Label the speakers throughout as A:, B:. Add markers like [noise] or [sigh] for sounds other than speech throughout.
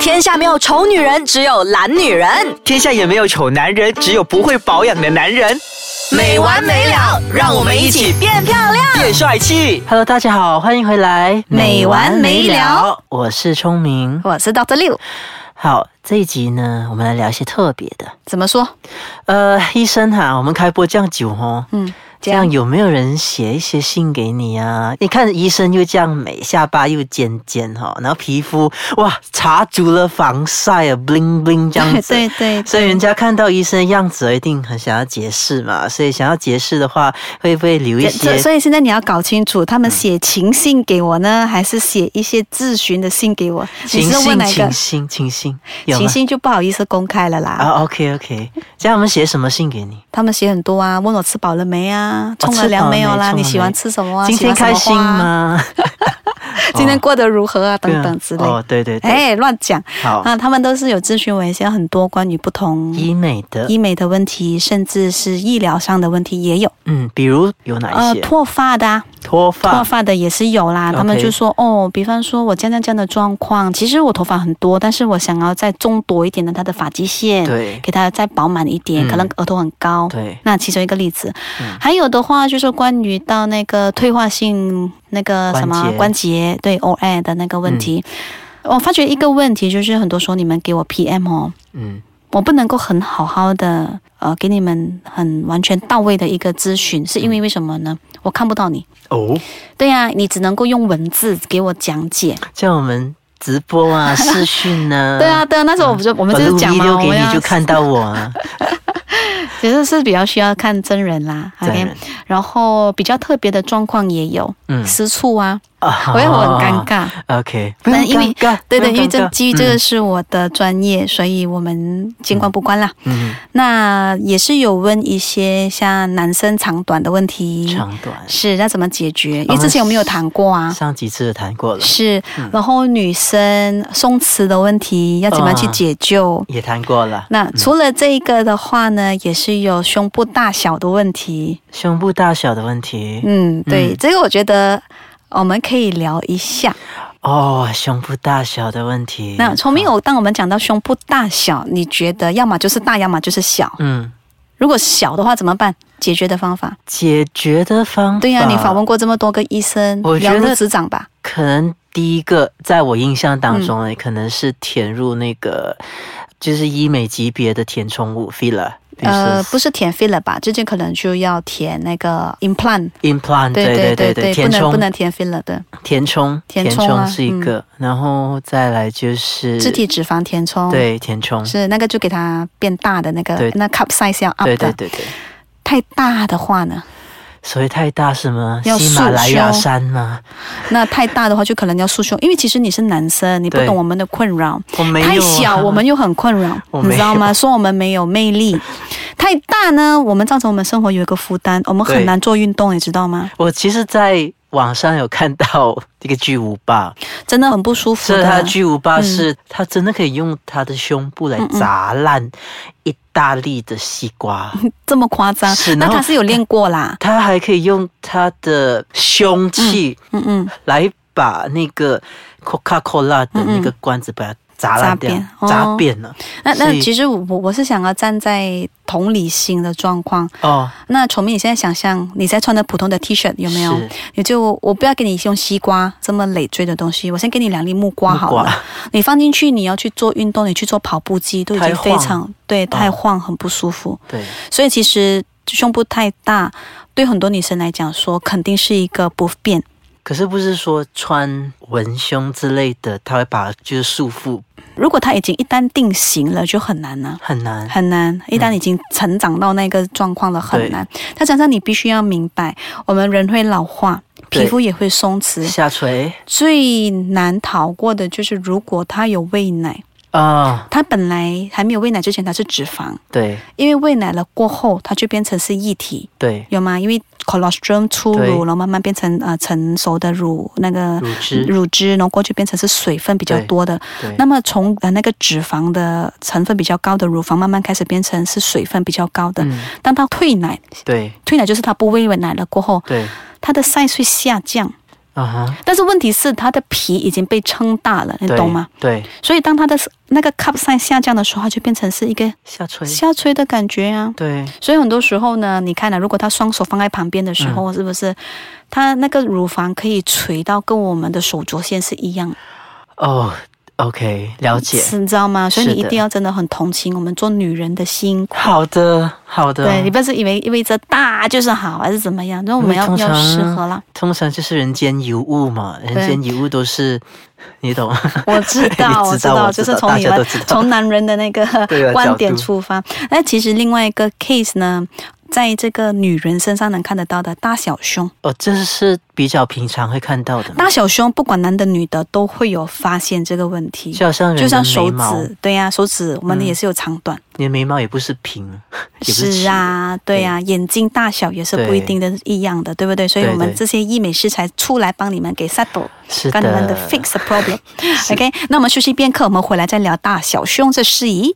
A: 天下没有丑女人，只有懒女人。
B: 天下也没有丑男人，只有不会保养的男人。
A: 没完没了，让我们一起变漂亮。
B: 变帅气。
C: Hello，大家好，欢迎回来，
A: 没完没了，
C: 我是聪明。
A: 我是 Doctor 六，
C: 好，这一集呢，我们来聊一些特别的。
A: 怎么说？
C: 呃，医生哈、我们开播这样久哦，
A: 嗯，
C: 这样有没有人写一些信给你啊？你看医生又这样美，下巴又尖尖哈、然后皮肤哇擦足了防晒啊，bling bling
D: [laughs]
C: 这样子。
A: 对对
C: 所以人家看到医生的样子，一定很想要解释嘛。所以想要解释的话，会不会留一
D: 这这
C: 些
D: 所以现在你要搞清楚，他们写情信给我呢，还是写一些咨询的信给我？你
C: 嗯情
D: 是问
C: 信、
D: 哪一个
C: 情？信、情信？有
D: 情
C: 吗？
D: 信就不好意思公开了啦。
C: 啊，OK OK，这样我们写什么信给你？
D: 他们写很多啊，问我吃饱了没啊，冲
C: 哦吃
D: 了凉
C: 饱
D: 没有
C: 没
D: 啦，
C: 冲
D: 你
C: 了
D: 喜
C: 没
D: 欢吃什么啊？
C: 今天
D: 喜欢
C: 开
D: 什
C: 心
D: 么花啊？
C: 吗？
D: [laughs] 今天
C: 哦
D: 过得如何啊？等
C: 对啊
D: 等之类。
C: 哦，对对哦对，
D: 哎，乱讲
C: 好，
D: 啊！他们都是有咨询我一些很多关于不同
C: 医美的，
D: 医美的问题，甚至是医疗上的问题也有。
C: 嗯，比如有哪一
D: 呃，
C: 些？
D: 脱发的啊，
C: 脱
D: 脱
C: 发，
D: 发的也是有啦，
C: OK
D: 他们就说哦，比方说我这样这样的状况，其实我头发很多，但是我想要再中多一点的它的发际线，
C: 对
D: 给它再饱满一点，
C: 嗯
D: 可能额头很高，
C: 对，嗯
D: 那其中一个例子。还有的话就是关于到那个退化性那个什么
C: 关节
D: 关节对 O A 的那个问题，我发觉一个问题就是很多时候你们给我 P M 哦，
C: 嗯，
D: 我不能够很好好的呃给你们很完全到位的一个咨询，是因为为什么呢？我看不到你。
C: 哦，
D: 对呀、你只能够用文字给我讲解。
C: 像我们直播啊，视讯呢，
D: [laughs] 对啊，，对啊，那时候我们就、我
C: 我
D: 们就是
C: 嗯录
D: 讲
C: V
D: 嘛，
C: 六
D: 我
C: 给
D: 们
C: 你
D: 要
C: 就看到
D: [laughs]
C: 我啊，
D: 其实是比较需要看真人啦。
C: 真
D: OK，
C: 人
D: 然后比较特别的状况也有，
C: 嗯
D: 私处啊，
C: 啊
D: 我也很尴尬。
C: ，OK，不用
D: 但因为
C: 尴尬，
D: 对对，因
C: 不用
D: 为
C: 尴
D: 这
C: 尬
D: 基于这个，是我的专业，所以我们见关不关啦。
C: 嗯，
D: 那也是有问一些像男生长短的问
C: 嗯
D: 题，
C: 长短，
D: 是那怎么解决？因
C: 我
D: 为
C: 们
D: 之前我们有谈过啊，
C: 上几次谈过了，
D: 是。然后女生松弛的问题要怎么样去
C: 啊
D: 解救？
C: 也谈过了，
D: 那除了这一个的话呢，也是有胸部大小的问题。
C: 胸部大小的问题，
D: 嗯，对，
C: 嗯
D: 这个我觉得我们可以聊一下。
C: 哦，胸部大小的问题，
D: 那聪明偶，当我们讲到胸部大小，你觉得要么就是大，要么就是小。
C: 嗯，
D: 如果小的话怎么办？解决的方法？
C: 解决的方法，
D: 对呀、你访问过这么多个医生，
C: 我觉
D: 了
C: 得
D: 如指掌吧。
C: 可能第一个在我印象当中
D: 嗯
C: 呢，可能是填入那个就是医美级别的填充物 filler，比如
D: 呃，
C: 说
D: 不是填 filler 吧？最近可能就要填那个 implant。
C: implant，
D: 嗯对
C: 对
D: 对
C: 对
D: 对，不
C: 填
D: 能不
C: 充
D: 能填 filler 的，
C: 填充
D: 填充啊
C: 是一个，然后再来就是
D: 肢体脂肪填充。。
C: 对填充，
D: 是那个就给它变大的那个
C: 对，
D: 那 cup size 要 up
C: 对
D: 的，
C: 对对对，
D: 太大的话呢，
C: 所以太大是吗？
D: 要
C: 喜马拉雅
D: 束胸
C: 山吗？
D: 那太大的话就可能要束胸，因为其实你是男生，你不
C: 对
D: 懂我们的困扰。
C: 我没有啊、
D: 太小我们又很困扰
C: 我，
D: 你
C: 没
D: 知道吗？
C: 有
D: 说我们没有魅
C: [laughs]
D: 力。太大呢，我们造成我们生活有一个负担，我们很
C: 对
D: 难做运动，你知道吗？
C: [laughs] 我其实在网上有看到这个巨无霸，
D: 真的很不舒服
C: 所以他
D: 的嗯
C: 的。巨无霸是，他真的可以用他的胸部来砸烂意大利的西瓜，
D: 这么夸张
C: 是？
D: 那
C: 然后
D: 他是有练过
C: [laughs]
D: 啦。
C: 他还可以用他的凶器
D: 嗯嗯，
C: 来把那个 Coca-Cola 的那个罐子把它砸烂掉
D: 砸扁，哦
C: 砸扁了。
D: 那
C: 所
D: 那
C: 以
D: 其实我我是想要站在同理心的状况。
C: 哦，
D: 那崇明，你现在想象你在穿的普通的 T 恤有没有
C: 是？
D: 你就我不要给你用西瓜这么累赘的东西，我先给你两粒木瓜好
C: 木
D: 了。
C: 瓜
D: [laughs] 你放进去，你要去做运动，你去做跑步机都已经
C: 太
D: 非
C: 晃嗯
D: 常对太晃，很不舒服。
C: 对，
D: 所以其实胸部太大，对很多女生来讲说肯定是一个不便。
C: 可是不是说穿文胸之类的，他会把就是束缚
D: 如果她已经一旦定型了，就很难了、
C: 很难。
D: 很难，一
C: 嗯
D: 旦已经成长到那个状况了，很难。再加上你必须要明白，我们人会老化，
C: 对
D: 皮肤也会松弛，
C: 下垂
D: 最难逃过的就是，如果她有喂奶，
C: 啊、
D: 她本来还没有喂奶之前她是脂肪，
C: 对
D: 因为喂奶了过后，它就变成是液体，
C: 对，
D: 有吗？因为 colostrum 出
C: 对
D: 乳，然后慢慢变成呃成熟的乳那个
C: 乳汁
D: 乳汁，然后过去变成是水分比较
C: 对
D: 多的。
C: 对
D: 嗯那么从呃那个脂肪的成分比较高的乳房，慢慢开始变成是水分比较高的。
C: 嗯
D: 当它退奶，
C: 对
D: 退奶就是它不喂奶了过后，
C: 对
D: 它的 size 会下降。
C: 啊哈，
D: 但是问题是，它的皮已经被撑大了，你
C: 对
D: 懂吗？？
C: 对，
D: 所以当它的那个 cup size 下降的时候，它就变成是一个
C: 下垂，
D: 下垂的感觉啊。
C: 对，
D: 所以很多时候呢，你看啊呢、如果他双手放在旁边的时
C: 嗯
D: 候，是不是他那个乳房可以垂到跟我们的手肘线是一样的，
C: 哦，OK，了解。
D: 是你知道吗？所以你
C: 是
D: 一
C: 的
D: 定要真的很同情我们做女人的辛苦。
C: 好的，好的。
D: 对，你不要是以为意味着大就是好，还是怎么样？那我
C: 因
D: 们
C: 为
D: 要
C: 通
D: 要
C: 常
D: 适合
C: [laughs]
D: 啦。
C: 通常就是人间尤物嘛，人
D: 对
C: 间尤物都是，你懂？
D: 我知道，
C: [laughs] 你
D: 我
C: 知道，我知
D: 就是
C: 道
D: 从
C: 大
D: 你
C: 家都
D: 们
C: 知道。
D: [laughs] 从男人的那个
C: 对啊角
D: 观
C: 度
D: 点出发。那其实另外一个 case 呢，在这个女人身上能看得到的大小胸，
C: 哦，这是比较平常会看到的嘛，
D: 大小胸不管男的女的都会有发现这个问题。
C: 就好像人
D: 就像
C: 的
D: 手
C: 眉毛
D: 指，对呀、手指我们
C: 嗯
D: 也是有长短，
C: 你的眉毛也不是平，也不
D: 是
C: 直，
D: 啊，对呀、眼睛大小也是不一定的一样的，对不对？所以
C: 对
D: 我们
C: 对
D: 这些医美师才出来帮你们给 settle，
C: 是
D: 帮你们的
C: 的
D: fix the
C: [laughs]
D: problem。OK，那我们休息片刻，我们回来再聊大小胸这事宜。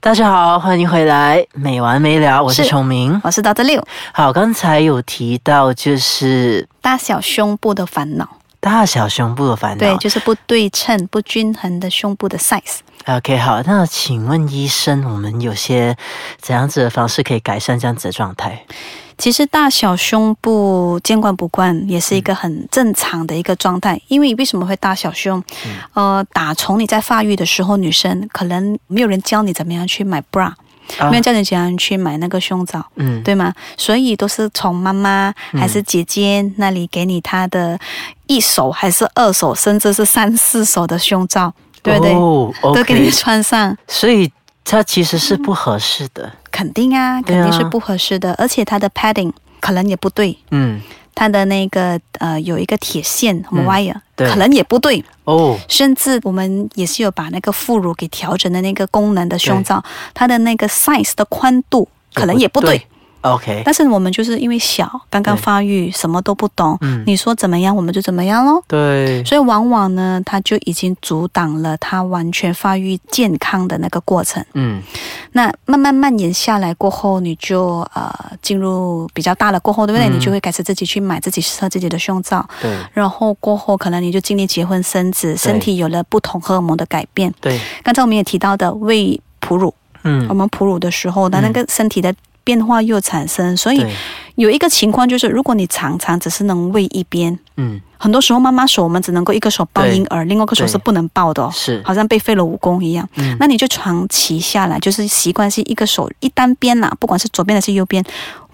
C: 大家好，欢迎回来，没完没了，我是
D: 是
C: 崇明。
D: 我是 d 这六，
C: 好，刚才有提到就是
D: 大小胸部的烦恼，
C: 大小胸部的烦恼，
D: 对，就是不对称、不均衡的胸部的 size。
C: OK，好，那请问医生，我们有些怎样子的方式可以改善这样子的状态？
D: 其实大小胸部见惯不惯，也是一个很正常的一个状态。因为为什么会大小胸？
C: 嗯
D: 呃，打从你在发育的时候，女生可能没有人教你怎么样去买 bra，、
C: 啊
D: 没有教你怎么样去买那个胸罩，
C: 嗯，
D: 对吗？所以都是从妈妈还是姐姐那里给你她的一手还是二手，甚至是三四手的胸罩，对不对？
C: 哦，OK、
D: 都给你穿上。
C: 所以它其实是不合适的。
D: 肯定啊，肯
C: 对啊
D: 定是不合适的，而且它的 padding 可能也不对，
C: 嗯，
D: 它的那个呃有一个铁线，我们
C: 嗯
D: wire，、
C: 对
D: 可能也不对，
C: 哦，
D: 甚至我们也是有把那个副乳给调整的那个功能的胸罩，它的那个 size 的宽度可能也不对。。
C: OK，
D: 但是我们就是因为小，刚刚
C: 对
D: 发育，什么都不懂，
C: 嗯
D: 你说怎么样我们就怎么样咯。
C: 对，
D: 所以往往呢，它就已经阻挡了它完全发育健康的那个过程。
C: 嗯，
D: 那慢慢蔓延下来过后，你就呃进入比较大了过后，对不对？
C: 嗯
D: 你就会开始自己去买自己适合自己的胸罩，
C: 对，
D: 然后过后可能你就经历结婚生子，身体有了不同荷尔蒙的改变。
C: 对，
D: 刚才我们也提到的喂哺乳，我
C: 嗯，
D: 们哺乳的时候的
C: 嗯
D: 那个身体的变化又产生，所以
C: 对，
D: 有一个情况就是，如果你常常只是能喂一边，
C: 嗯，
D: 很多时候妈妈手我们只能够一个手抱
C: 对
D: 婴儿，另外一个手
C: 对
D: 是不能抱的、哦，
C: 是，
D: 好像被废了武功一样。
C: 嗯，
D: 那你就长期下来，就是习惯是一个手一单边啦，不管是左边还是右边，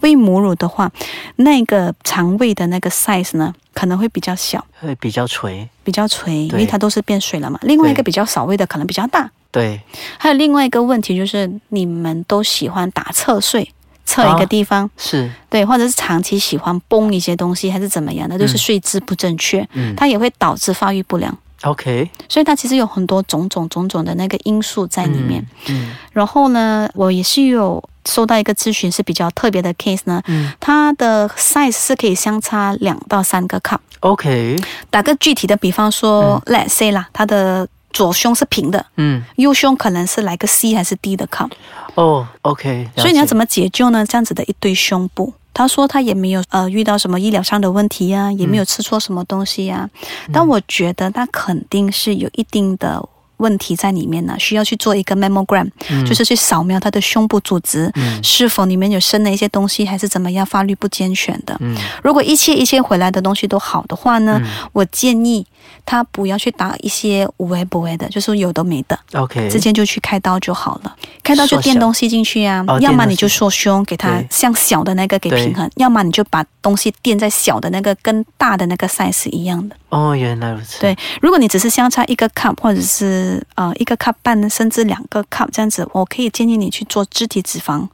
D: 喂母乳的话，那个肠胃的那个 size 呢，可能会比较小，
C: 会比较垂，
D: 比较垂，因
C: 对
D: 为它都是变水了嘛。另外一个
C: 对
D: 比较少喂的可能比较大，
C: 对，
D: 还有另外一个问题就是，你们都喜欢打侧睡。侧一个
C: 啊
D: 地方，
C: 是，
D: 对，或者是长期喜欢崩一些东西，还是怎么样的，就是
C: 嗯
D: 睡姿不正确，
C: 嗯
D: 它也会导致发育不良，
C: ，OK，
D: 所以它其实有很多种种种种的那个因素在里面。
C: 嗯，
D: 然后呢，我也是有收到一个咨询是比较特别的 case 呢，
C: 嗯
D: 它的 size 是可以相差两到三个 cup。
C: ，OK，
D: 打个具体的比方说、l e t s say 啦，它的左胸是平的，
C: 嗯，
D: 右胸可能是来个 C 还是 D 的 cup，
C: 哦，OK，
D: 所以你要怎
C: 么？
D: 么解救呢？这样子的一堆胸部。他说他也没有呃遇到什么医疗上的问题呀、
C: 嗯
D: 也没有吃错什么东西呀、但我觉得他肯定是有一定的问题在里面呢、需要去做一个 mammogram，、
C: 嗯
D: 就是去扫描他的胸部组织、
C: 嗯
D: 是否里面有生了一些东西，还是怎么样，发育不健全的。
C: 嗯
D: 如果一切一切回来的东西都好的话呢，我建议他不要去打一些无为不为的，就是有的没的，
C: ，OK，
D: 直接就去开刀就好了。开刀就
C: 缩小
D: 垫东西进去啊，
C: 哦
D: 要么
C: 垫东西
D: 你就缩胸给它
C: 对
D: 向小的那个给
C: 对
D: 平衡，要么你就把东西垫在小的那个跟大的那个 size 一样的。
C: 哦，原来如此，
D: 对，如果你只是相差一个 cup 或者是呃一个 cup 半甚至两个 cup 这样子，我可以建议你去做肢体脂肪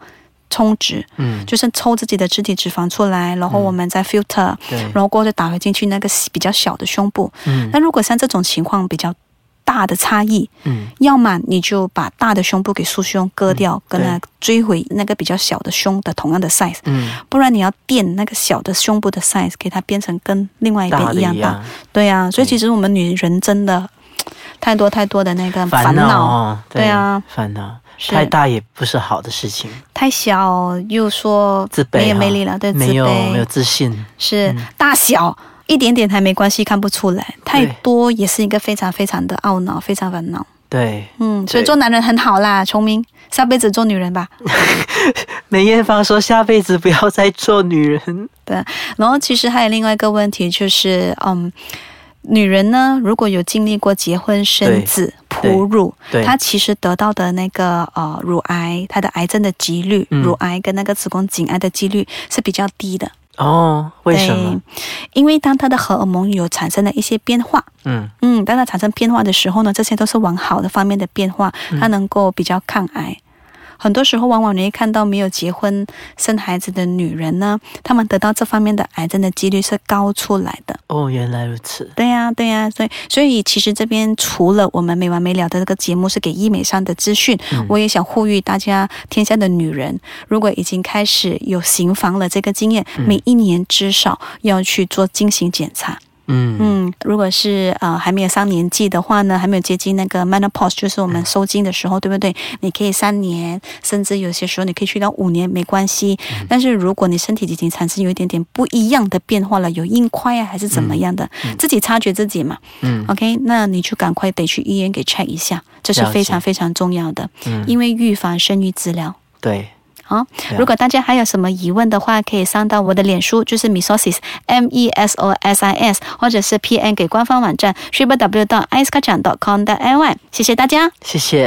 D: 充值，
C: 嗯，
D: 就是抽自己的肢体脂肪出来，然后我们再 filter，、
C: 对，
D: 然后过后再打回进去那个比较小的胸部。
C: 嗯
D: 那如果像这种情况比较大的差异，
C: 嗯
D: 要么你就把大的胸部给束胸割掉，
C: 对
D: 跟它追回那个比较小的胸的同样的 size，
C: 嗯，
D: 不然你要垫那个小的胸部的 size，给它变成跟另外一边
C: 大的
D: 一样
C: 一
D: 大。
C: 样，
D: 对啊，所以
C: 对
D: 其实我们女人真的太多太多的那个
C: 烦哦，
D: 对啊，
C: 烦恼
D: 是
C: 太大也不是好的事情，
D: 太小又说
C: 自卑
D: 没有
C: 哈
D: 魅力了，对，自
C: 没有嗯
D: 卑
C: 没有自信，
D: 是、大小。一点点还没关系，看不出来，太
C: 对
D: 多也是一个非常非常的懊恼，非常烦恼。
C: 对， [laughs]
D: 嗯，所以
B: 对
D: 做男人很好啦，崇明，下辈子做女人吧。
C: 梅艳芳说下辈子不要再做女人。
D: 对，然后其实还有另外一个问题就是，嗯，女人呢，如果有经历过结婚、生子、
C: 对
D: 哺乳，
C: 对
D: 她其实得到的那个呃乳癌，她的癌症的几率，
C: 嗯
D: 乳癌跟那个子宫颈癌的几率是比较低的。
C: 哦，为什么？
D: 对？因为当她的荷尔蒙有产生了一些变化，
C: 嗯，
D: 嗯，当它产生变化的时候呢，这些都是往好的方面的变化，它能够比较抗癌。很多时候，往往你会看到没有结婚生孩子的女人呢，她们得到这方面的癌症的几率是高出来的。
C: 哦，原来如此。
D: 对呀、对呀、所以所以其实这边除了我们没完没了的这个节目是给医美上的资讯，我也想呼吁大家，天下的女人如果已经开始有行房了这个经验，每一年至少要去做进行检查。
C: 嗯
D: 嗯，如果是呃还没有上年纪的话呢，还没有接近那个 menopause，就是我们收经的时候，对不对？你可以三年，甚至有些时候你可以去到五年，没关系。
C: 嗯
D: 但是如果你身体已经产生有一点点不一样的变化了，有硬块啊，还是怎么样的，自己察觉自己嘛。
C: 嗯
D: OK，那你就赶快得去医院给 check 一下，这是
C: 了解
D: 非常非常重要的，
C: 嗯，
D: 因为预防胜于治疗。
C: 对，
D: 好、
C: 啊
D: 如果大家还有什么疑问的话，可以上到我的脸书，就是 Mesosis M E S O S I S，或者是 P N 给官方网站 w w w i c e k a c h a n g c o m l y 谢谢大家。
C: 谢谢。